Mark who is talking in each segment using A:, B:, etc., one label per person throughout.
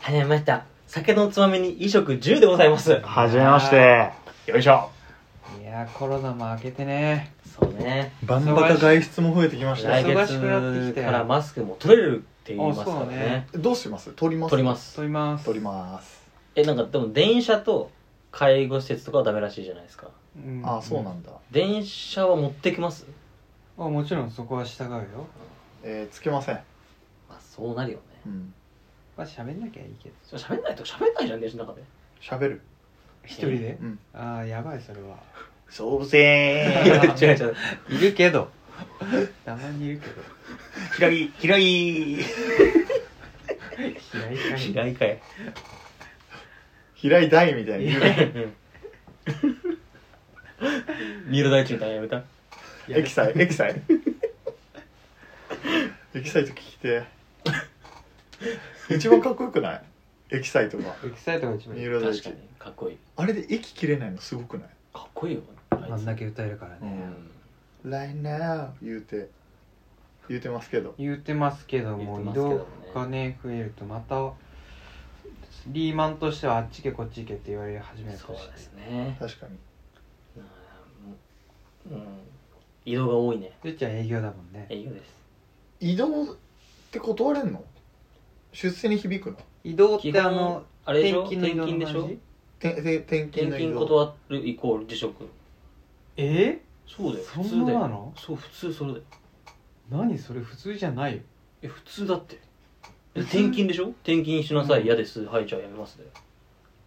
A: 始めました酒のつまみに異色10でございます
B: はじめまして。よいしょ。
C: いやーコロナも明けてね
A: そうね
B: バンバカ外出も増えてきました
A: 来
B: よ。
C: 忙しくなって
A: 月
C: きたよ
A: からマスクも取れるって言いますから
C: あそうね
A: ね
B: どうします取ります
A: 取ります
C: 撮ります
B: 取ります。
A: えなんかでも電車と介護施設とかはダメらしいじゃないですか
C: うん
B: あ、そうなんだ。
A: 電車は持ってきます
C: あもちろんそこは従うよ
B: えー、つけません。
A: まあそうなるよね
B: うん。
C: まあ喋んなきゃいいけど
A: ちょ喋んないと喋んないじゃん電車の中で
B: 喋る。
C: 一人で
B: うん。
C: ああやばいそれは
B: そうぜ
A: 違う違 う
C: いるけどたまにいるけど
B: ー。ひらい、ひらい。
C: 嫌
A: 嫌
C: いかい
A: いか い
B: 平井大みたいな。
A: 三浦大知みたいなやめた
C: や
B: エキサイ、エキサイ。エキサイト聞きてえ。一番かっこよくないエキサイトが。
C: エキサイトが一番い
B: 三
C: い
B: 浦大
A: 確か
B: 知
A: に。かっこいい
B: あれで息切れないのすごくない
A: かっこいいよあいつ
C: あんだけ歌えるから
B: う
A: う
C: ね
A: ん
B: ?Right now 言うて、言うてますけど。
C: 言ってますけども
A: 言
C: 移
A: ってますけど
C: 動
A: ね
C: がね増えるとまたリーマンとしてはあっち行けこっち行けって言われ始める
A: そ
C: と
A: う
C: して
A: ですね
B: 確かに。
A: うんうん移動が多いね
C: ゆっちゃん営業だもんね
A: 営業です
B: 移動って断れんの出世に響くの
C: 移動っ
A: 基
C: てあの
A: 本あれでしょ
C: 転勤の移動
A: で
C: の話
A: しょ
B: てて転勤
A: 転
B: の移
A: 勤
B: 動
A: 断るイコール辞職
C: え
A: そうだよ
C: そ
A: 普
C: ん
A: 通
C: な
A: だ
C: な
A: よ
C: の
A: そう普通それだよ
C: 何それ普通じゃないよ
A: え普通だってえ
C: 普通
A: 転勤でしょ転勤しなさ
C: う
A: い
C: ん
A: 嫌ですはいじゃあやめますだよ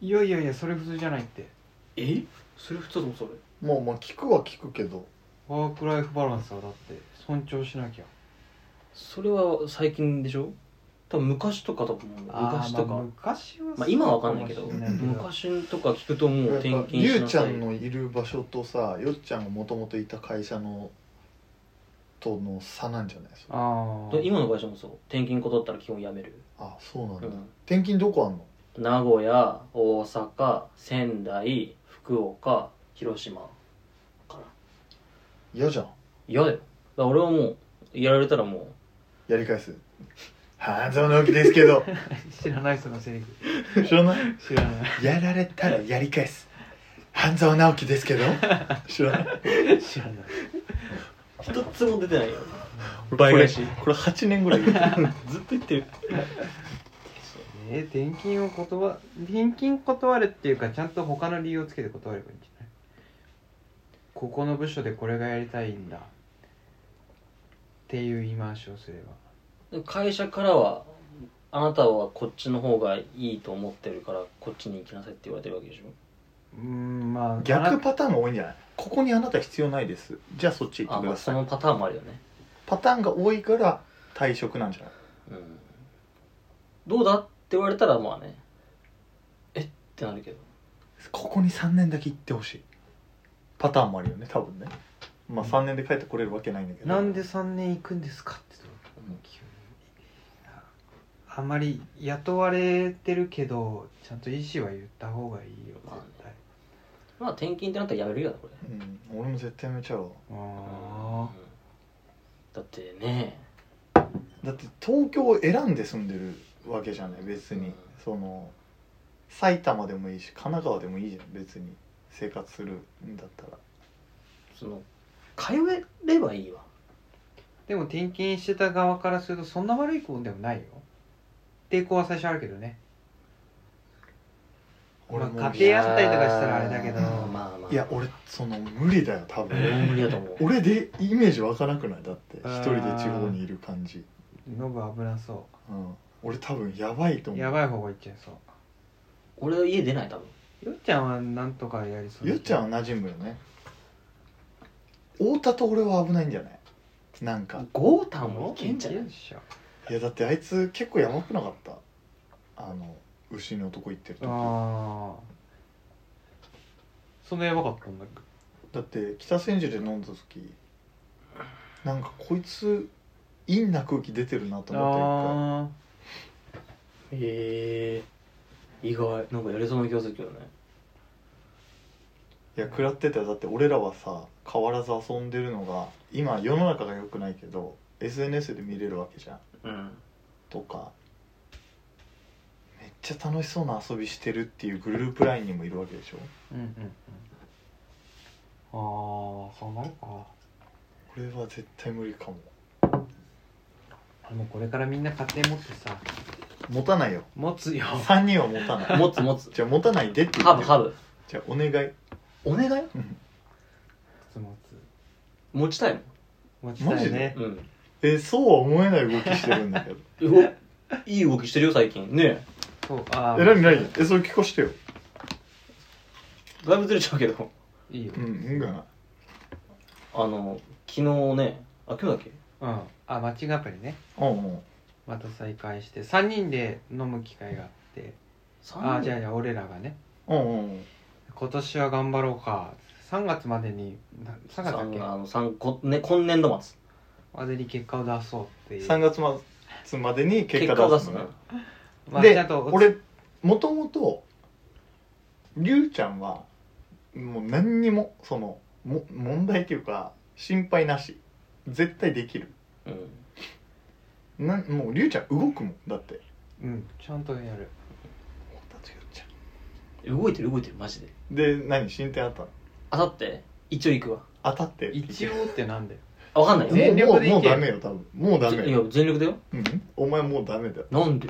C: いやいやいやそれ普通じゃないって
A: えそれ普通だもんそれ
B: もうまあ聞くは聞くけど
C: ワークライフバランスはだって尊重しなきゃ
A: それは最近でしょ多分昔とか多分昔と
C: あーまあ
A: か
C: 昔は
A: まあ今はわかんないけど
C: そうかもしれないけど
A: 昔とか聞くともう
B: やっぱ
A: 転勤
B: ゆ
A: し
B: う
A: な
B: ちゃ
A: さい
B: んのいる場所とさよっちゃんがもともといた会社のとの差なんじゃないそれ
C: ああ
A: 今の会社もそう転勤断ったら基本辞める、
B: あそうなんだ、
A: うん
B: 転勤どこあんの
A: 名古屋大阪仙台福岡広島かな
B: 嫌じゃん
A: 嫌だよだから俺はもうやられたらも
B: やり返す半沢直樹ですけ ど
C: 知らないそのセリフ
B: 知らない
C: 知らな
B: やられたらやり返す半沢直樹ですけど知らな い
C: い知らないう
A: 一つも出てないよ
B: 倍
A: 返し
B: これ8年ぐらい言ってる
A: ずっと言ってる
C: えー、転勤を断転勤断るっていうかちゃんと他の理由をつけて断ればいいんじゃないここの部署でこれがやりたいんだっていう言い回しをすれば
A: 会社からはあなたはこっちの方がいいと思ってるからこっちに行きなさいって言われてるわけでしょ
C: うーんまあ
B: 逆パターンが多いんじゃないここにあなた必要ないですじゃあそっち行
A: あ
B: って
A: ま
B: くだ
A: あそ
B: さ
A: の
B: い
A: パターンもあるよね
B: パターンが多いから退職なんじゃない
A: うんどうだって言われたらまあねえってなるけど
B: ここに3年だけ行ってほしいパターンもあるよね多分ねまあ3年で帰ってこれるわけないんだけど
C: なんで3年行くんですかってどう
B: うん
C: 急にあんまり雇われてるけどちゃんと意思は言った方がいいよ
A: まあ
C: 絶
A: ね
C: 対
A: まあ転勤ってなったらやめるよなこれ
B: うん俺も絶対やめちゃうわ
C: あ
A: うんだってね
B: だって東京を選んで住んでるわけじゃない別に、
A: うん
B: その埼玉でもいいし神奈川でもいいじゃん別に生活するんだったら
A: その通えればいいわ
C: ーでも転勤してた側からするとそんな悪い子でもないよ抵抗は最初あるけどね
B: 俺も
C: まあ家庭あったりとかしたらあれだけど
A: いやーまあまあ
B: いや俺その無理だよ多分
A: 俺も無理だと思う
B: 俺でイメージ湧かなくないだって
C: あー
B: 一人で地方にいる感じ、
C: ノブ危なそ
B: うん、俺多分やばいと
C: う
B: 思う
C: やばい方がいっちゃいそう
A: 俺は家出ない多分
C: よっちゃんはなんとかやりそう
B: ゆっちゃんは馴染むよね太田と俺は危ないんじゃないなんか
A: ゴータ
C: は
A: ンもいけんじゃない
B: いやだってあいつ結構やばくなかったあの牛のとこ行ってる時
C: ああそんなやばかったんだけ
B: だ
C: ど
B: って北千住で飲んだ時なんかこいつ陰な空気出てるなと思っ
C: あ
A: へえ意外なんかやれそうな気がするけどね
B: た一回いや食らってたよだって俺らはさ変わらず遊んでるのが今世の中が良くないけど SNS で見れるわけじゃん
A: うん
B: とかめっちゃ楽しそうな遊びしてるっていうグループラインにもいるわけでしょ
C: うんうんうんああそうなるか
B: これは絶対無理かも
C: でもこれからみんな家庭持ってさ
B: 持たないよ
C: 持つよ
B: 3人は持たない
A: 持つ持つ
B: じゃあ持たないでって言
A: ハ
B: っ
A: ブ
B: て
A: ハブ
B: じゃあお願い
A: お願い
B: うん
C: 靴持つ
A: 持ちたい
C: 持ちたいね
A: もんうん
B: えそうは思えない動きしてるんだけど
A: うおいい動きしてるよ最近ね
C: そうああ
B: え何何えそれ聞かしてよ
A: えだいぶずれちゃうけど
C: いいよ
B: うんうんがな
A: あの昨日ねあ今日だっけ
C: うんあマッチングアプリね
B: うんうん
C: また再開して3人で飲む機会があってあ
A: 三
C: あじ
A: 人
C: ゃあじゃあ俺らがね
B: うんうんうん
C: 今年は頑張ろうか3月までにな3月だっ
A: 三
C: け
A: あの三こね今年度末
C: までに結果を出そうっていう
B: 3月末までに結
A: 結
B: 果
A: 果を
B: 出
A: 出
B: す
A: す
B: のね
A: の
C: まあ、ち
B: で
C: ゃんとおつ
B: 俺もともとりゅうちゃんはもう何にもそのも問題っていうか心配なし絶対できる
A: うん
B: なんもうりゅうちゃん動くもんだって
C: うんちゃんとやる
B: だってりゅうちゃ
A: 動いてる動いてるマジで
B: んで何進展あったの
A: 当たって一応行くわ
B: 当たってって
C: 一応ってなんだよ
A: あわかんないよ
B: もう
C: 全
B: もうも
C: 力でいけ
B: うダメよ多分もうダメ
A: い
B: よ、
A: や全力だよ
B: うん、お前もうダメだよ
A: なんで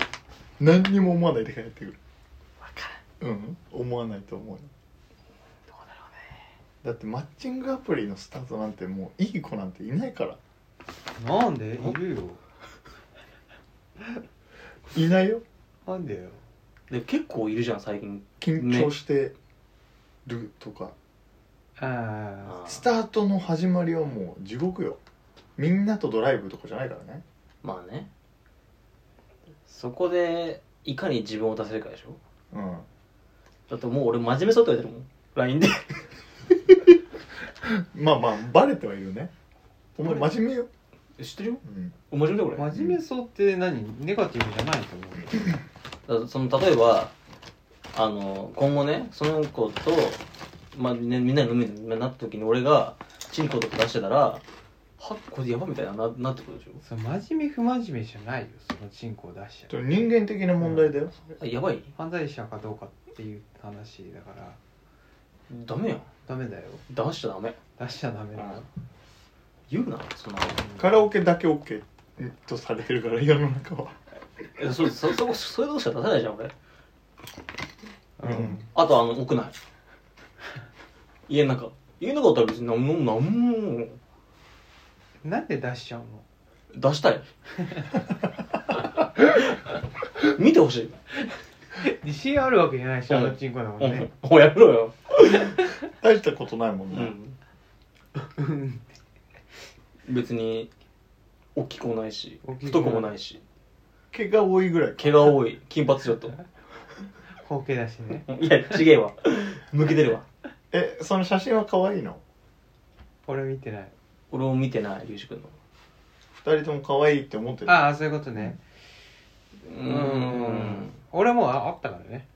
B: 何にも思わないで帰ってくる
A: わかる
B: うん思わないと思うよ
A: どうだろ
B: だってマッチングアプリのスタートなんてもういい子なんていないから
C: なんでいるよ
B: いないよ
C: なんでよ
A: うねで結構いるじゃん最近
B: 緊張してるとか、
C: あ
A: あー
B: スタートの始まりはもう地獄よみんなとドライブとかじゃないからね
A: まあねそこでいかに自分を出せるかでしょ
B: うん
A: だってもう俺真面目そうって言われてるもん LINE で
B: まあまあバレてはいるねお前真面目よ、
A: 知ってるよ
B: う
A: 真
B: ん、
A: 面目だよこれ
C: あ真面目そうって何ネガティブじゃないと思うんだよ
A: だからその例えばあの今後ねその子と、まあね、みんなに飲みになった時に俺がチンコとか出してたらはこれやばみたいなななってくるでしょ
C: それ真面目不真面目じゃないよそのチンコを出しちゃ
B: ちょ人間的な問題だよ、
A: あやばい
C: 犯罪者かどうかっていう話だから
A: ダメやん
C: ダメだよ
A: 出しちゃダメ
C: 出しちゃダメだよ
A: 言うなそんなこと
B: カラオケだけ OK とされてるから世の中は
A: えそそそこそういうことしか出せないじゃん俺
C: うん、
B: うん
A: あとあの屋内家の中家の中だったら別に何も何も
C: なんで出しちゃうの
A: 出したい見てほしい、
C: 自信あるわけじゃないし、
A: うん
C: あのチンコだもん
A: う
C: ね
A: ん。もうやめろよ、
B: 大したことないもん
A: う
B: ね、
A: ん、
C: うん
A: 別に大きくもないし
C: 大きくもない
A: 太くもないし
B: 毛が多いぐらい
A: 毛が多い金髪ちょっと
C: 包茎だしね。
A: いやちげえわ向けてるわ
B: えその写真は可愛いの
C: 俺見てない。
A: 俺も見てない龍二君の
B: 二人とも可愛いって思ってる
C: ああ、そういうことね。
A: う
C: うーん。俺もうああったからね。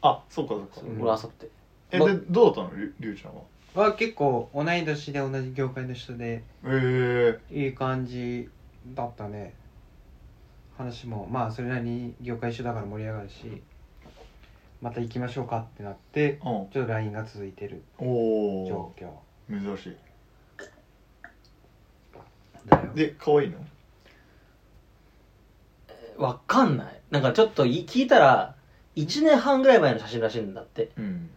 B: あそうかそうか、
C: うん
A: 俺あさって
B: え
A: ま
B: でどうだったのりゅりゅうちゃんは
C: は結構同い年で同じ業界の人で、
B: え
C: いい感じだったね。話も、まあそれなりに業界一緒だから盛り上がるし、また行きましょうかってなって
B: え、ー、うん
C: ちょっと LINE が続いてる
B: お
C: 状
B: お
C: 況
B: 珍しい
C: だよ。
B: で可愛いの
A: わかんないなんかちょっとい聞いたら1年半ぐらい前の写真らしいんだって
B: うん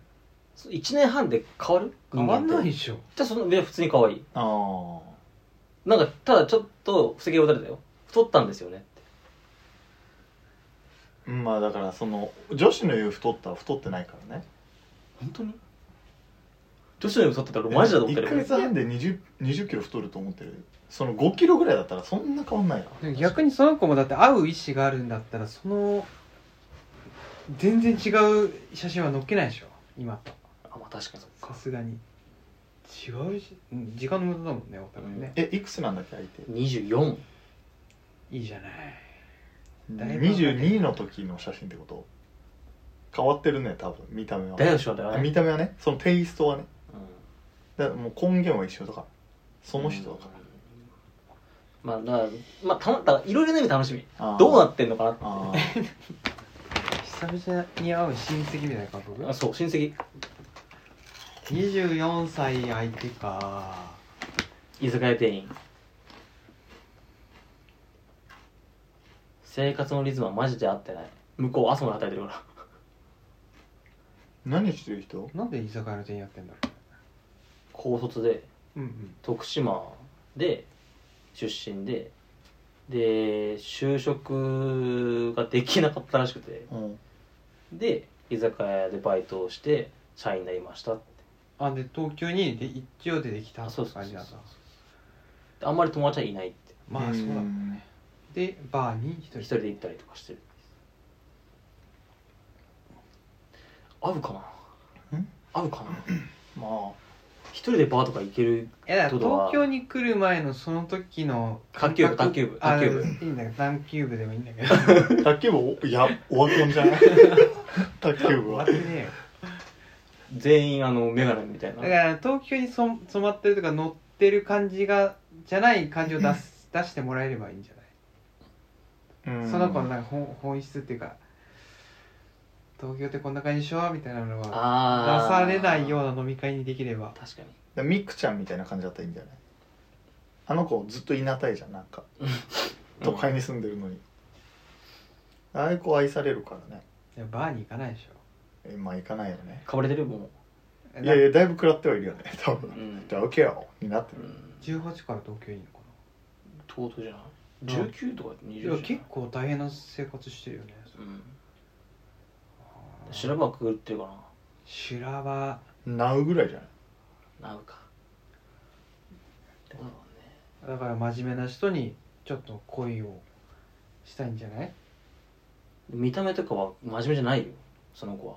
A: そ1年半で変わる
C: 変わんない
A: じ
C: でしょ。
A: ゃあそのいや普通に可愛い
B: ああ
A: なんかただちょっと不石を打たれたよ太ったんですよねって
B: まあだからその女子の言う太ったは太ってないからね
A: 本当に女子の太ってたら俺マジだと思って
B: 1ヶ
A: る
B: 月半で2 0キロ太ると思ってるその5キロぐらいだったらそんな変わんないな
C: でも逆にその子もだって会う意思があるんだったらその全然違う写真は載っけないでしょ今と
A: あまあ確かにそっ
C: さ
A: か
C: すがに違うしうん時間の無駄だもんねお互いね、
B: えいくつなんだっけ相手
A: 24
C: いいじゃないだいぶ
B: 22の時の写真ってこと変わってるね多分見た目は
A: だよしょだ
B: あ
A: よ、ね
B: 見た目はねそのテイストはね
A: うん、
B: だからもう根源は一緒だからその人だから、
A: まあだからまあたまだからいろいろな意味楽しみ
B: あー
A: どうなってんのかなって
B: あー
C: 久々に会う親戚みたいな感覚
A: あそう親戚
C: 24歳相手か
A: 居酒屋店員生活のリズムはマジで合ってない向こう朝まで働いてるか
B: 何してる人
C: なんで居酒屋の店員やってんだろ
A: ら高卒で
C: ううん
A: 徳島で出身でで就職ができなかったらしくて
B: うん
A: で居酒屋でバイトをして社員になりましたって
C: うんあで東京にで一応出てきた
A: あ
C: 感
A: そうそうそう
C: じなんだ
A: あんまり友達はいないって
C: まあそうだ
B: ん
C: でバーに一人
A: 一人で行ったりとかしてる合うかなん合うかな
B: まあ
A: 一人でバーとか行ける
C: いやだ
A: って
C: か
A: こと
C: ら
A: は
C: 東京に来る前のその時の
A: 卓球部卓球部
C: あ
A: 卓球部
C: いいんだけど卓球部でもいいん だけ ど
B: 卓球部おいやオワコンじ ゃない卓球部
C: 終わっ
B: は
C: てねえよ
A: 全員あの眼鏡みたい
C: だ
A: な
C: から東京に染染まってるとか乗ってる感じがじゃない感じを 出す出してもらえればいいんじゃないその子の
B: な
C: なんか本本質っていうか東京ってこんな感じでしょみたいなのは出
A: あ
C: されないよ
A: う
C: うな飲み会にできれば
A: 確かに
B: ミクちゃんみたいな感じだったらいいんじゃないあの子ずっといなたいじゃんなん か都会に住んでるのに、ああいう子愛されるからね
C: いやバーに行かないでし
B: えまあ行かないよね
A: かぶれてるも
C: ょ
B: いやいやだいぶ食らってはいるよね 多
A: う、う
B: 分
A: ん
B: じゃあ受けよになって
A: う
B: る
A: ん、
C: 18から東京にいるのか
A: とうとうじゃない19とか20
C: な
A: じ
C: い
A: ゃな
C: や
A: い
C: 結構大変な生活してるよね
A: うん白馬くぐってるか
C: 修羅場
B: なうぐらいじゃな
A: な
B: い
A: 合うかってことだもんね
C: だから真面目な人にちょっと恋をしたいんじゃない
A: 見た目とかは真面目じゃないよその子は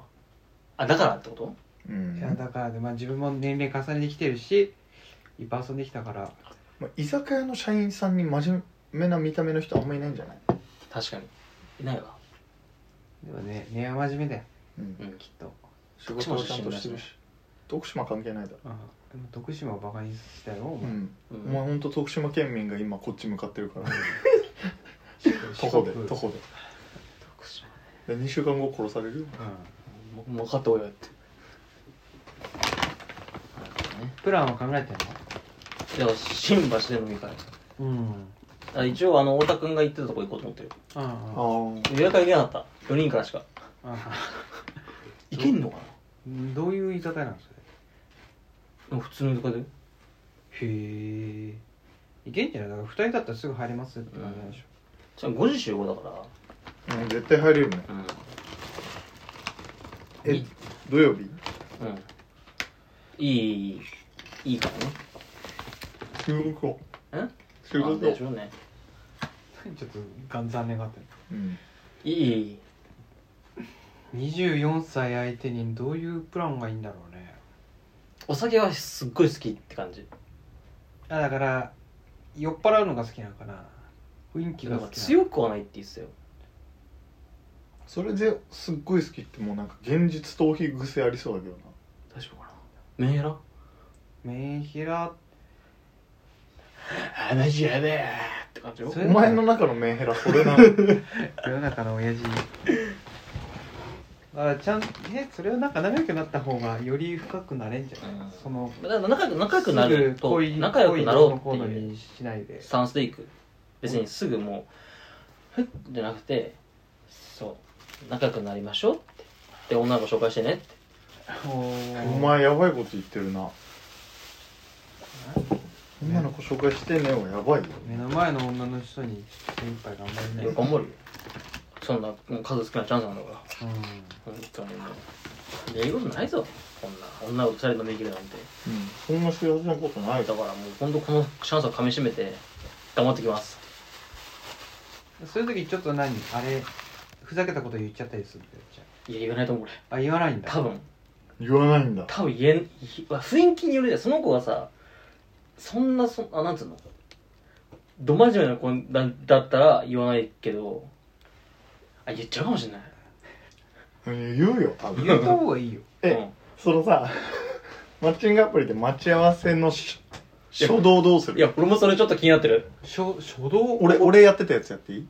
A: あだからってこと
B: うん
C: いやだからで、まあ、自分も年齢重ねてきてるしいっぱい遊んできたから
B: まあ、居酒屋の社員さんに真面目な見た目の人あんまいないんじゃない、
A: 確かにいないわ
C: でもね根は真面目だよ
B: うん
A: うん
C: きっと、
B: 仕事はちゃんとして
A: 徳島出身
B: る
A: だし
B: し徳島関係ないだろ、
C: うん、でも徳島をバカにしたよお
B: う
C: 前、
B: ん、
A: う
B: お前
A: ん
B: ほんと徳島県民が今こっち向かってる から徒
C: 四
B: 歩
C: 国
B: で徒歩
A: 徳島ね
B: でで2週間後殺されるよ
C: うん、
A: ももう勝っておいよってなるほどね
C: プランは考えてん
A: では新橋で飲み会
C: のうん
A: あ一応あの太田君が言ってたとこ行こうと思ってる
C: あ
B: あ
C: あ
B: ー
A: 予約は行けなかった4人からしか
C: あ
A: 行けんのかな
C: どういう居酒屋なんですか
A: でも普通の居酒屋で
C: へえいけんじゃないだから2人だったらすぐ入れますって感じなん でしょ、
A: じゃあ5時集合だか
B: うん絶対入れるね
A: らうんい
B: え
A: い
B: 土曜日
A: うんいいいいからね
B: 収録を
A: え
B: 収
A: あ
B: 録
A: で
B: を
A: しょうね
C: ちょっとがん残念があってる
B: うん
A: いい
C: 24歳相手にどういうプランがいいんだろうね
A: お酒はすっごい好きって感じ
C: あだから酔っ払うのが好きなのかな雰囲気
A: なん
C: が好
A: か
C: きなの
A: 強くはないって言ってたよ
B: それですっごい好きってもうなんか現実逃避癖ありそうだけどな
A: 大丈夫かなメンヘラ
C: メンヘラ
A: あマジやべえって感じよ
C: それ
B: お前の中のメンヘラそれな の
C: 世の中の親父あちゃんえそれはなんか仲良くなった方がより深くなれんじゃない、
A: うん
C: その
A: だから仲良く仲良くなる
C: すぐ
A: と
C: 恋
A: 仲良くなろうっ
C: 恋
A: て
C: の
A: いう
C: にしないで
A: スタンスでいく別にすぐもうふっじゃなくてそう仲良くなりましょうってで女の子紹介してねって
B: お
C: お
B: 前やばいこと言ってるな
C: うん
B: 女の子紹介してねはやばいよ
C: 目の前の女の人に精一杯頑張りない
A: いや頑張るよそんなもう数少ないチャンスなんだから
C: う
A: 本当にもうで言うことないぞこんな女を二人で飲みに行けるなんて
B: うんそんな幸せなことないだ
A: だ
B: ろ
A: からもう本当このチャンスをかみしめて頑張ってきます
C: んそういう時ちょっと何あれふざけたこと言っちゃったりするんだよじゃ
A: いや言わないと思う俺
C: ああ言わないんだ
A: 多分
B: 言わないんだ
A: 多分言えんひ雰囲気によるじゃんその子がさそんなそあなんつうのど真面目な子だだったら言わないけどあ言っちゃうかもしれない
B: うん言うよ多
C: 言った
B: 分
C: 方がいいよ
B: え
A: うん、
B: そのさマッチングアプリで待ち合わせのし初動どうす
A: い
B: る
A: や俺もそれちょっと気になってる
C: 初初動
B: 俺俺やってたやつやっていい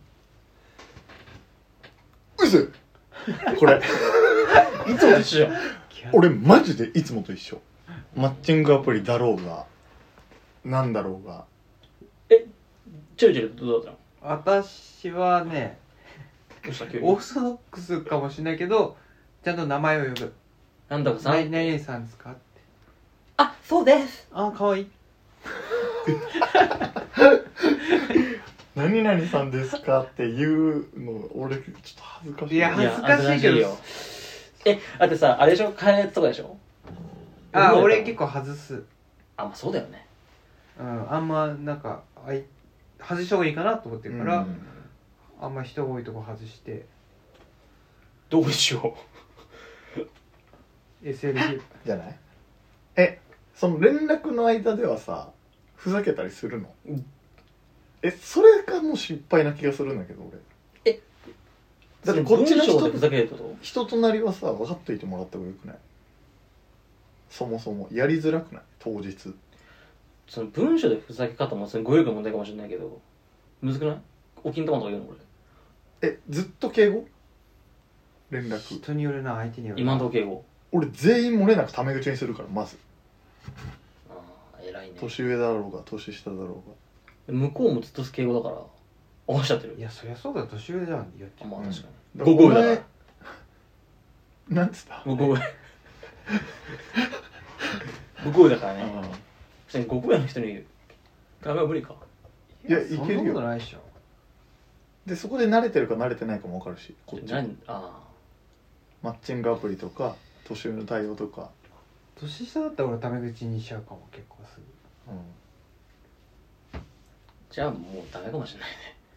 B: うこれ
A: いつも一緒じゃん
B: 俺マジでいつもと一緒マッチングアプリだろうがなんだろうが
A: チェルチェルどうだっ
C: 私はね
A: たのどうした急
C: オ
A: に
C: ーソドックスかもしれないけどちゃんと名前を呼ぶ
A: なんだか
C: 「
A: さ
C: 何
A: ん
C: 々さんですか?」って
A: あそうです
C: 「あーかわいい
B: 「何々さんですか?」っていうの俺ちょっと恥ずかしい
C: いや
A: いや
C: 恥ずかしいけど
A: 恥ずよえだってさあれでしょ開発とかでしょ」
C: あー
A: 覚え
C: 俺
A: た
C: 結構外す、
A: あまあそうだよね
C: うん、あんまなんかあい外した方がいいかなと思ってるから、
B: うん
C: あんま人多いとこ外して
A: どうしよ
C: SLG
B: じゃないえその連絡の間ではさふざけたりするの、
A: うん
B: えそれがもう失敗な気がするんだけど俺
A: えう
B: だってこっち
A: 文
B: の
A: 章
B: 人
A: でふざけるってこと
B: 人となりはさ分かっといてもらった方がよくないそもそもやりづらくない当日
A: その文章でふざけ方もその語彙力の問題かもしれないけどむずくないおきんとかんとか言うのこ
B: えずっと敬語連絡
C: 人によるな相手によ
A: れ
C: る
A: 今
C: な
A: のとこ敬語
B: 俺全員漏れなくタメ口にするからまず
A: ああ偉いね
B: 年上だろうが年下だろ
A: 向こうもずっと敬語だから合わしちゃってる
C: いやそりゃそうだよ年上だわよっ
A: あまあ
B: うん
A: 確か
B: うが
A: に五合だか
B: お
A: ら
B: 前なんつった
A: 五合五合だから
B: う
A: ね
B: ん
A: 普通に五合の人にダメは無理か
B: いやいけ
C: そん
B: るよ
C: なことないでしょ
B: でそこで慣れてるか慣れてないかも分かるしこっち
A: 何あ
B: マッチングアプリとか年上の対応とか、
C: 年下だったら俺タメ口にしちゃうかも結構す
B: う
A: あじゃあもうダメかもし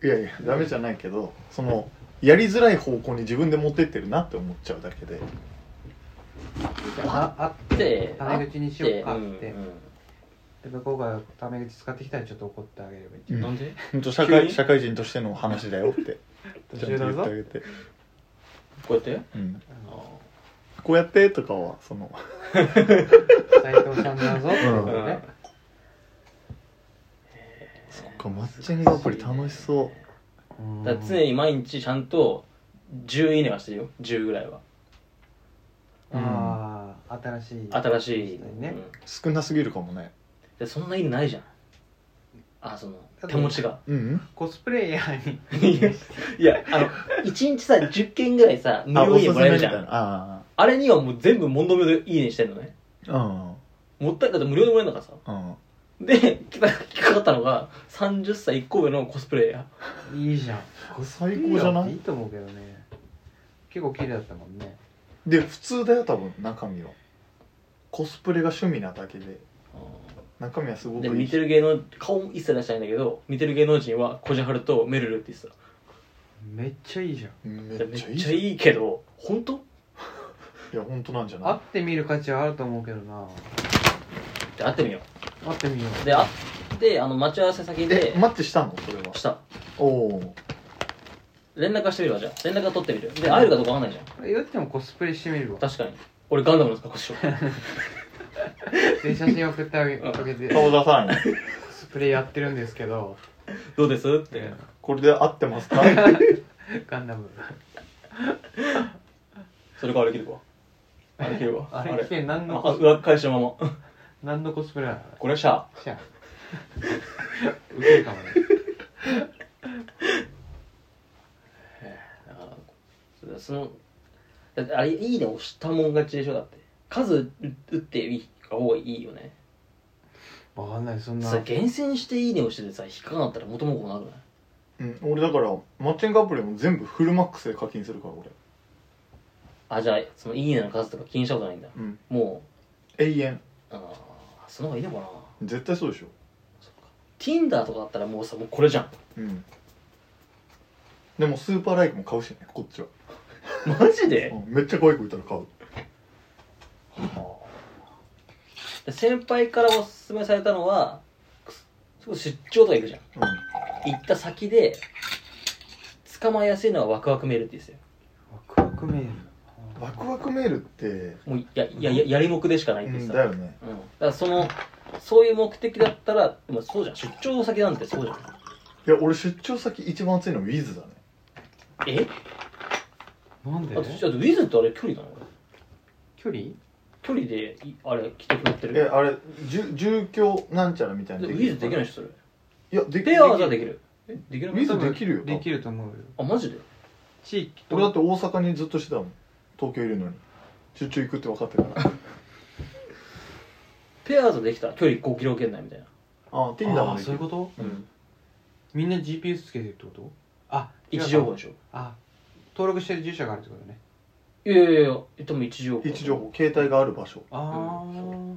A: れないね
B: ん、いやいやダメじゃないけどそのやりづらい方向に自分で持ってってるなって思っちゃうだけで
C: ぐああっ
A: で
C: タメ口にしようかって
A: でうん
C: で向こうがタメ口使ってきたらちょっと怒ってあげればいいんじゃ
A: う
C: なんい、
A: なんで
B: ほんと社
A: 急
B: 会
A: に
B: 社会人としての話だよ ってちゃん
C: 年上
B: と
C: だ
B: 言ってあげ
C: ぞ
B: て、
A: こうやって
B: うん、
A: ああ
B: こうやってとかはその
C: 斎藤ちゃんだぞってこ
B: う
C: とね、
B: そっかマッチングアプリ楽しそう
C: うん
A: だから常に毎日ちゃんと10いいねはしてるよ10ぐらいは
C: ああ新しい
A: 新しい
C: ね
A: うん
B: 少なすぎるかもね
A: でそんないいのないじゃんあその手持ちが
B: うん
C: コスプレイヤーに
A: いやいやあの1日さ10件ぐらいさ無料いいねもらえるじゃんあ
B: あ
A: れにはもう全部問答無用でいいねしてんのね
B: おすすめみたいなあ
A: もったいだって無料でもらえるんだからさ
B: あうんうん
A: で来た引っかかったのが30歳1個上のコスプレイヤ
C: いいじゃん
B: 最高じゃない
C: いいと思うけどね結構綺麗だったもんね
B: で普通だよ多分中身はコスプレが趣味なだけで
A: ー
B: 中身はすごく
A: で
B: いい
A: 見てる芸能顔も一切出してないんだけど見てる芸能人はコジャハルとメルルって言ってた
C: めっちゃいいじゃん
B: め
A: で
B: っ
A: め
B: ちゃい
A: っ
B: い
A: ちゃいいけど本当
B: いや本当なんじゃ
C: 会
B: な
C: ってみる価値はあると思うけどな
A: で会ってみよ
C: 会ってみよ
A: うで会ってあの待ち合わせ先
B: いえ
A: で
B: マッチしたのそれは
A: した
B: おお
A: 連絡はしてみるわじゃあ連絡は取ってみるで会えるかどうかわかんないじゃん
C: うよってもコスプレしてみるわ
A: 確かに俺ガンダムの格好しよう
C: で写真送ってあげ
A: うん
C: あげて
B: 顔
C: コ
B: 出さない
C: スプレやってるんですけど
A: どうですって
B: これで合ってますか
C: ガンダム
A: それかあれ切るわあれ切 るわ
C: あれって何の
A: あ裏返したまま
C: 何のコスプレなの
A: これシャ
C: じゃあウケるかもね
A: だからそのだってあれいいね押したもん勝ちでしょだって数打っていい方がいいよね
C: わかんないそんな
A: さ厳選していいね押しててさ引っかかんなったら元も子もなくない
B: うん俺だからマッチングアプリも全部フルマックスで課金するから俺
A: あじゃあそのいいねの数とか気にしたことないんだ
B: うん
A: も
B: 永遠
A: うあーその方がいいのかな
B: 絶対そうでしょ
A: そっか Tinder とかだったらもうさもうこれじゃん
B: うんでもスーパーライクも買うしねこっちは、
A: マジで
B: うんめっちゃ可愛い子いたら買う
A: で先輩からおすすめされたのはすごい出張とか行くじゃん
B: う
A: 行った先で捕まえやすいのはワクワクメールって言うんです
C: ワクワクメール
B: んワクワクメールって
A: よもういやいやややりもくでしかないうって言っ
B: ん
A: て
B: だ
A: た、うん
B: よね
A: だからそのそういう目的だったらでもそうじゃん出張先なんてそうじゃん
B: いや俺出張先一番熱いのは Wiz だね
A: え
C: なんで
A: あとじゃあウィズってあれ距離なの
C: 距離
A: 距離でいあれ来てくれて
B: え
A: る
B: あれじゅ住居なんちゃらみたい
A: で
B: な
A: ウィズできない
B: い
A: でしょそれ
B: やで
A: ペアはじゃあできるえでき
B: ウ
A: る
B: ィズできるよ
C: できると思うよ
A: あマジで
C: 地域
B: 俺だって大阪にずっとしてたもん東京いるのに出張行くって分かってたから
A: ペアーズできたら距離5キロ圏内みたいな
B: ああ
C: あ
B: Tinder も
C: ー
B: でき
C: そういう
B: る
C: こと
B: うん
C: みんな GPS つけてるってことあ
A: 位置情報でしょ
C: あ登録してる住所があるってことね
A: いやいやいやでも位置情報
B: 位置情報携帯がある場所
C: ああ、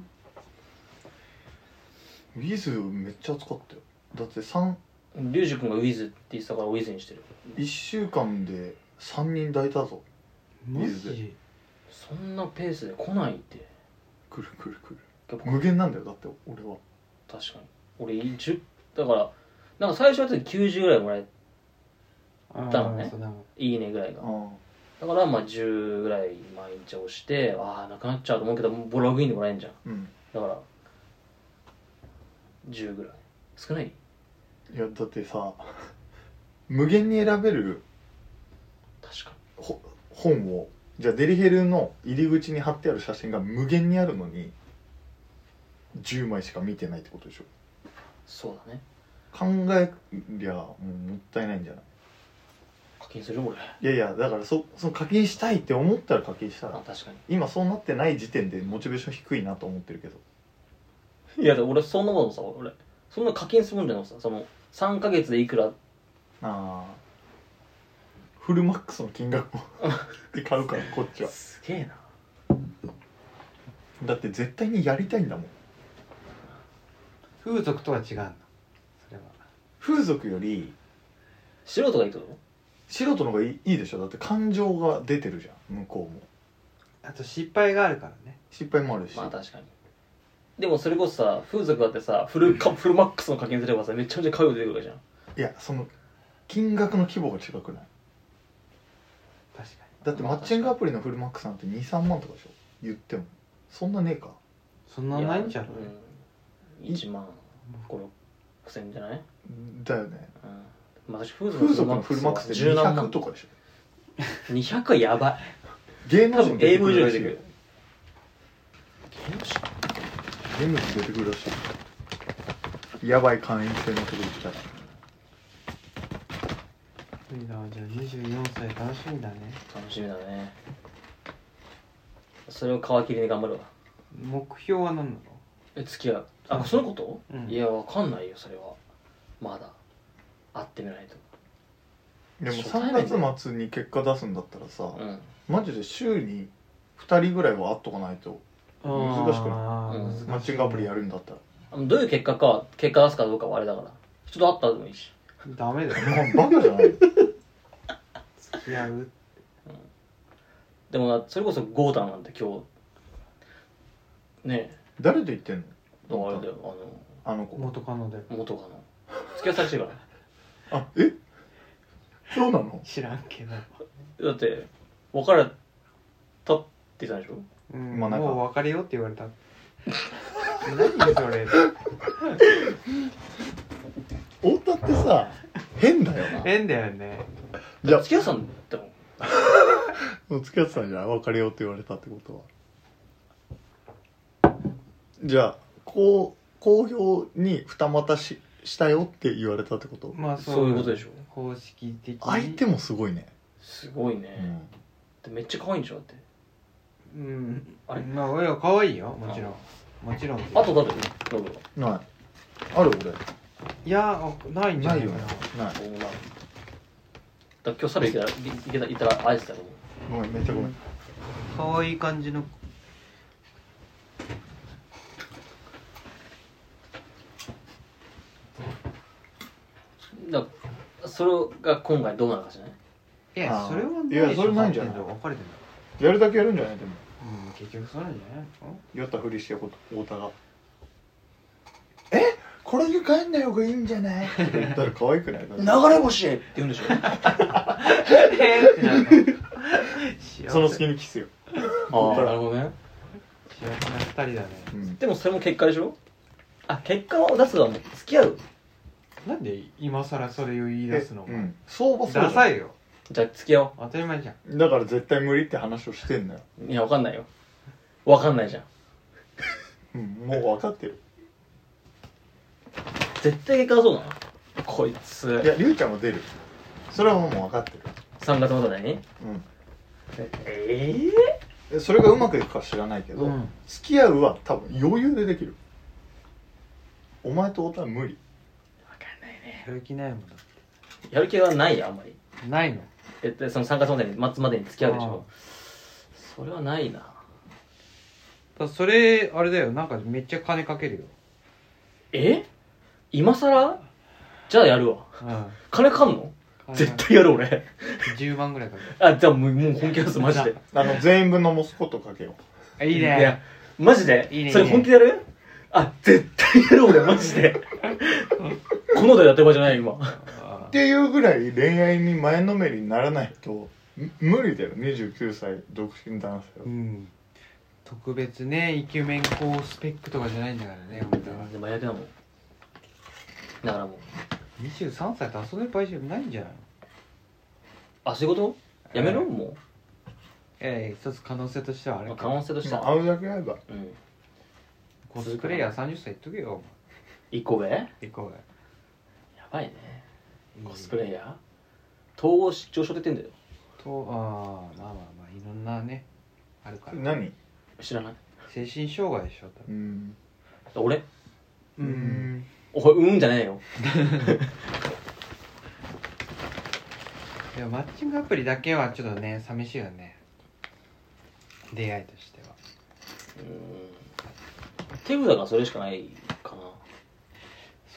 B: ウィズめっちゃ暑かったよだって三
A: リュウジ君がウィズって言ってたからウィズにしてる
B: 1週間で3人抱いたぞ
C: マ
B: いい
C: ジ
A: そんなペースで来ないって
B: くるくるくる
A: やっぱ
B: 無限なんだよだって俺は
A: 確かに俺10だからなんか最初はちょっと90ぐらいもらえ
C: あ
A: だろうね
C: ーそうだろう
A: いいねぐらいが
B: あ
A: だからまあ10ぐらい毎日押してああなくなっちゃうと思うけどボログインでもらえんじゃん
B: あうん
A: だから10ぐらい少ない
B: いやだってさ 無限に選べる
A: 確かに
B: ほ本をじゃあデリヘルの入り口に貼ってある写真が無限にあるのに10枚しか見てないってことでしょ
A: そうだね
B: 考えりゃもうもったいないんじゃない
A: 課金する俺
B: いやいやだからそその課金したいって思ったら課金した
A: あ
B: ら
A: 確か
B: 今そうなってない時点でモチベーション低いなと思ってるけど
A: にいやで俺そんなことさ俺そんな課金するんじゃなくてさその3ヶ月でいくら
B: ああフルマックスの金 額もで買うからこっちは
A: すげえな
B: だって絶対にやりたいんだもん
C: 風俗とは違うんだそれは
B: 風俗より
A: 素人がいいってこと
B: 素人の方がいいいいでしょだって感情が出てるじゃん向こうも
C: あと失敗があるからね
B: 失敗もあるし、
A: まあ確かにでもそれこそさ風俗だってさフルカフルマックスの課金すればさめちゃめちゃ買う出てくるわけじゃん
B: いやその金額の規模が違くない
C: 確かに
B: だってマッチングアプリのフルマックスなんて23万とかでしょ言ってもそんなねえか
C: そんなないんじゃろうね
A: うん1万5 6千じゃない、
B: だよね
A: うんまあ、私風
B: 風俗のフルマックスで
A: 十何
B: 200
A: 万
B: とかでしょ
A: 200はやばい
B: 芸能
A: 多
B: 人
A: 分
B: 出て
A: AV
B: く
A: 以上
B: る
A: 出
B: らしてい
A: く
B: 芸
A: る
B: 能人出てくるらしいやばい会員制のとこ行ったら
C: いいなじゃあ24歳楽しみだね
A: 楽しみだねそれを皮切りに頑張るわ
C: 目標は何なの
A: え付き合うあそのこと、
C: うん
A: いやわかんないよそれはまだ会ってみないと
B: でも
A: 初対面で
B: 3月末に結果出すんだったらさ、
A: うん
B: マジで週に2人ぐらいは会っとかないと難しくない
C: あー
A: うん
C: 難しい
B: マッチングアプリやるんだったら
A: あのどういう結果か結果出すかどうかはあれだから人と会ったらでもいいし
C: ダメだよ
B: バカじゃない
C: 付き合う
A: でもなそれこそゴータンなんて今日ね
B: 誰と言ってんの
A: えあれだよあの
B: あの子
C: 元カノだよ
A: 元カノ付き合わされてるか
B: あえそうなの
C: 知らんけど
A: らだって別れたって言ってたでしょ
C: うん
B: まあなんか
C: もう別れようって言われた何それ
B: 太田ってさ変だよな
C: 変だよね
B: じゃ
A: 付き合わさんだもん
B: あ付き合ってたんじゃない別れようって言われたってことはじゃあこう公表に二股ししたよって言われたってこと
C: まあそう
A: そういうことでしょ
C: 公式的に
B: 相手もすごいね、
A: すごいうね、で
B: ん、
A: めっちゃ可愛いんでしょだって
C: うん
A: あれ
C: まあいや可愛いよもちろんもちろん
A: あとだってノブは
B: ないある
C: いやないん
B: 俺
C: じゃ
B: ない
C: ないか
B: よね
C: な
B: ない
A: 女だから今日猿いたらいけたいたら愛してたと思う
B: ごめんめっちゃごめん
C: 可愛い感じの
A: だからそれが今回どうなるかじゃない
C: いや
B: あー
C: それはい
B: やそれないんじゃない
C: 別れてんだ
B: やるだけやるんじゃないでも
C: うん結局そうなんじゃないの
B: 酔ったふりしてこと太田が「えこれで帰んない方がいいんじゃない?」って言ったら可愛く ない
A: 流れ星へって言うん でしょ
C: えーってなる
B: その隙にキスよ、
A: ああなるほどね
C: 幸せな二人だね
B: うん、
A: でもそれも結果でしょあ結果を出すのはもう付き合う
C: なんで今さらそれを言い出すの
B: えうん相場そう
C: ダサ
B: い
C: いよ
A: じゃあ付き合お
C: 当たり前じゃん
B: だから絶対無理って話をしてんのよ、
A: ういやわかんないよわかんないじゃん
B: うん、もう分かってる
A: 絶対結果はそうなのこいつ
B: いやりゅうちゃんも出るそれはもう分かってる
A: 3月またに
B: うん
A: え
B: えそれがうまくいくか知らないけど、
C: うん
B: 付き合うは多分余裕でできるお前と太田は無理
C: やる気ないもんだ
A: えやる気はないよあんまり
C: ないの
A: 絶対その3月までに末までに付き合うでしょ
C: あ
A: それはないな
C: ーだそれあれだよなんかめっちゃ金かけるよ
A: え今さらじゃあやるわ
C: う
A: 金かかんの
C: ん
A: 絶対やる俺
C: 10万ぐらいかける
A: あじゃあもうもう本気出すマジで
B: あの全員分のモスコットかけよ
C: あ いいね
A: やマジで
C: いいね
A: それ本気でやるあ絶対やる俺マジでこの台やってる場合じゃないよ今
B: うっ
C: あ
B: ていうぐらい恋愛に前のめりにならないとむ無理だよ29歳独身男性
C: ー
B: は
C: うん特別ねイケメン高スペックとかじゃないんだからね本当は
A: で麻薬だもんだからもう
C: 23歳と遊んでる場合じゃないんじゃないの
A: あ仕事やめろ、
C: えー
A: も
C: ええ一つ可能性としてはあ
A: う
C: れ
A: まあ
C: か
A: 可能性として
B: ま
A: は、
B: あ会うだけ会えば
A: うん
C: コスプレイヤー30歳言っとけよ
A: 一個上や
C: 行こう
A: ばいね
C: よ
A: コスプレイヤー統合失調症出てんだよ
C: とあーまあまあまあいろんなねあるから
B: 何
A: 知らない
C: 精神障害でしょ多
B: う
C: 分
B: ん
A: 俺
B: う、ん
A: おいうんじゃねえよ
C: いやマッチングアプリだけはちょっとね寂しいよね出会いとしては
A: うん手札がそれしかないかな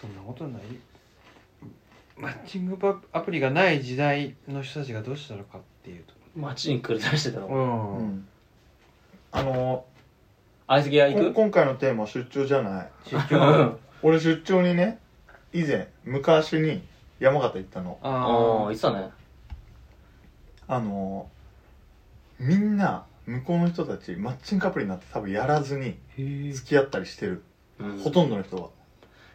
C: そんなことないマッチングパアプリがない時代の人たちがどうしたのかっていうと
A: 街に繰り出してた
C: う
A: の
B: うんんあの
A: 相席屋
B: こ
A: 行
B: ん
A: く
B: 今回のテーマは出張じゃない
C: 出
A: う
C: 張
A: ん
B: 俺出張にね以前昔に山形行ったの
A: ああ
C: あ
A: 言ってたね
B: あのみんな向こうの人たちマッチングアプリになって多分やらずに
C: ーへえ
B: 付き合ったりしてる、
A: うん
B: ほとんどの人は、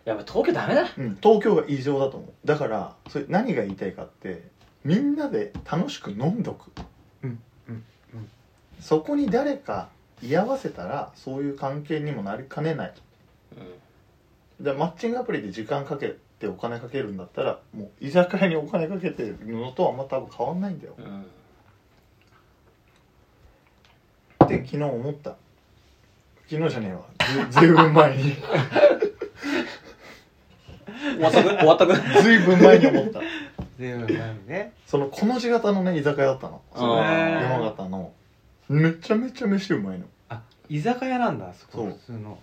A: やっぱ東京ダメだ
B: うん、東京が異常だと思うだからそれ何が言いたいかってみんなで楽しく飲んどく
C: うんうんうん
B: そこに誰か居合わせたらそういう関係にもなりかねないでマッチングアプリで時間かけてお金かけるんだったらもう居酒屋にお金かけてるのとはあんま多分変わんないんだよ
A: うんうん
B: って昨日思った昨日じゃねえわずずいぶん前に
A: 終わった く終わったく
B: ずいぶん前に思った
C: 全部前にね
B: そのこの字型のね居酒屋だったの
A: あー
B: 山形のめちゃめちゃ飯うまいの
C: あ居酒屋なんだそ
B: そ
C: こ
B: う
C: 普通の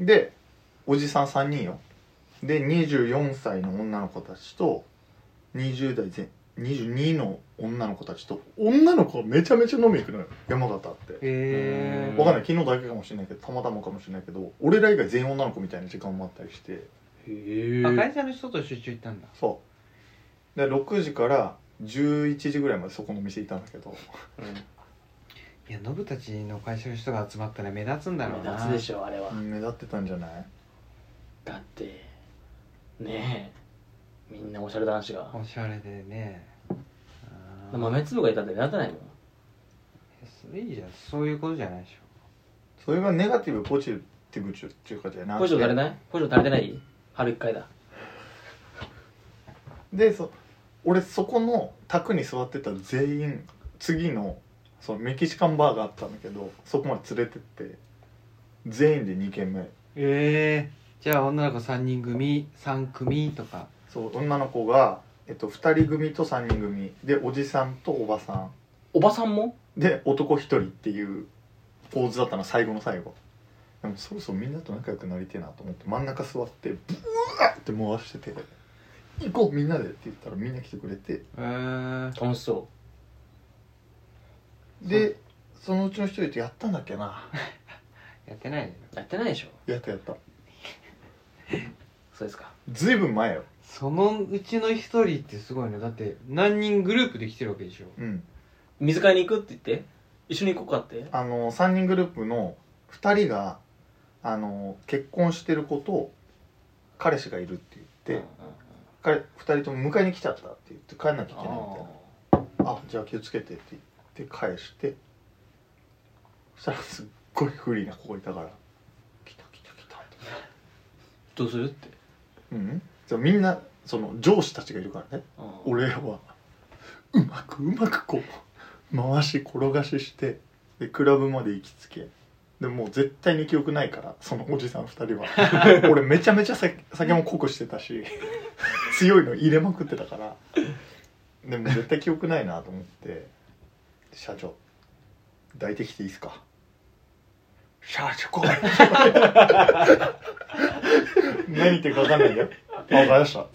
B: でおじさん3人よで24歳の女の子たちと20代前22の女の子たちと女の子がめちゃめちゃ飲み行くのよ山形って
C: へえ
B: わかんない昨日だけかもしれないけどたまたまかもしれないけど俺ら以外全員女の子みたいな時間もあったりして
A: へ
C: あ
A: え
C: 会社の人と出張行ったんだ
B: そうで6時から11時ぐらいまでそこの店いたんだけど
C: いやノブたちの会社の人が集まったら目立つんだろうな
A: 夏でしょあれは
B: うん目立ってたんじゃない
A: だってねえみんなおしゃれ男子が
C: おしゃれでねあー
A: 豆粒がいたって目立たないもん
C: それいいじゃんそういうことじゃないでし
B: それがネガティブポジティブっていうかじゃな
A: 補
B: く
A: 助足り
B: て
A: ない補助足りてない春一回だ
B: でそ俺そこの卓に座ってた全員次のそのメキシカンバーがあったんだけどそこまで連れてって全員で2軒目
C: ょええじゃあ女の子3人組3組とか
B: そう女の子が、えっと、2人組と3人組でおじさんとおばさん
A: おばさんも
B: で男1人っていう構図だったの最後の最後でもそろそろみんなと仲良くなりてえなと思って真ん中座ってブワーって回してて「行こうみんなで」って言ったらみんな来てくれて
C: えー、
A: 楽しそ
B: でそのうちの1人とやったんだっけな
C: やってないね
A: うやってないでしょ
B: やったやった
A: そうですか
B: ずいぶん前よ
C: そのうちの1人ってすごいねだって何人グループできてるわけでしょ
B: うん
A: 水買いに行くって言って一緒に行こうかって
B: あの3人グループの2人があの結婚してることを彼氏がいるって言って、
A: うんうんうん
B: 彼2人とも迎えに来ちゃったって言って帰んなきゃいけないみたいな
A: あ
B: あじゃあ気をつけてって言って返してそしたらすっごい不利な子がいたから「来た来た来た」って
A: どうするって
B: うんじゃあみんなその上司たちがいるからね
A: あー
B: 俺はうまくうまくこう回し転がししてでクラブまで行きつけでもう絶対に記憶ないからそのおじさん2人は俺めちゃめちゃ酒酒も濃くしてたし強いの入れまくってたからでも絶対記憶ないなと思って「社長抱いてきていいっすか?」社長来い何言ってるか分かんないんだよあ分かりました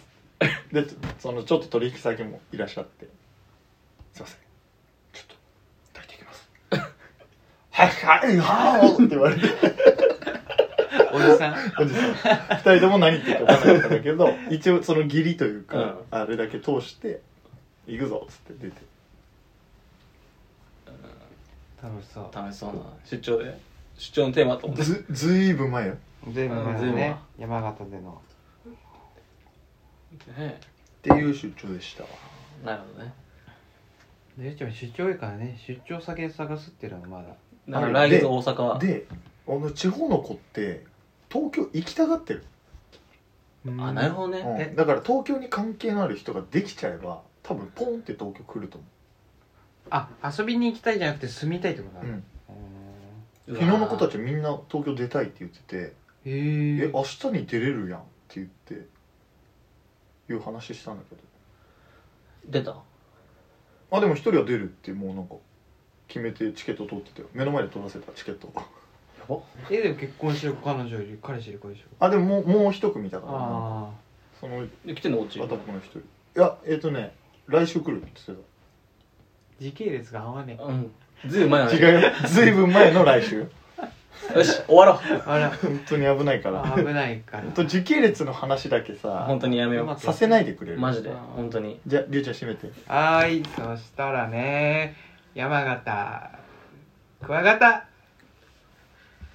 B: でそのちょっと取引先もいらっしゃって「すいませんちょっと抱いてきます」 「はいはいはい」って言われて
C: お じさん
B: おじさん2人とも何言ってるか分からなかったんだけど一応その義理というか、
A: うん
B: あれだけ通して「行くぞ」っつって出て
C: 楽しそう
A: 楽しそうな出張で出張のテーマと思って
B: ずずいぶん前よ
C: 全部
A: あー
C: ね山形での
A: ね
B: っていう出張でしたわ
A: なるほどね
C: でゆうちゃんは出張多いからね出張先で探すっていうのがまだ
A: だから
B: あ
A: 来
B: れで
A: 月大阪は
B: であの地方の子って東京行きたがってる、
A: あなるほどね、
B: うん
C: え
B: だから東京に関係のある人ができちゃえば多分ポンって東京来ると思
C: あ遊びに行きたいじゃなくて住みたいってことな
B: う、うん、
A: うわ
B: 昨日の子たちみんな東京出たいって言ってて
C: へ
B: 「え
C: え
B: 明日に出れるやん」って言っていう話したんだけど
A: 出た
B: あでも一人は出るってもうなんか決めてチケット取ってたよ目の前で取らせたチケット
C: えでも結婚してる子彼女いる彼氏いる子でしょ
B: あでももうもう一組いたからな
C: あ
B: その
A: で来てんのこっち
B: 片っぽの一人いやえっ、とね来週来るって言って
C: あ時系列が合わね
A: うんずいぶん前だ
B: た
A: ね
B: 違うよずいぶん前の来週
A: よし終わろう
C: え あら
B: 本当に危ないから
C: あ危ないから
B: 本当時系列の話だけさ
A: 本当にやめよ
C: うま
A: う
C: く
B: させないでくれる
A: マジで本当に
B: じゃありゅうちゃん閉めて
C: はーいそしたらね山形クワガタ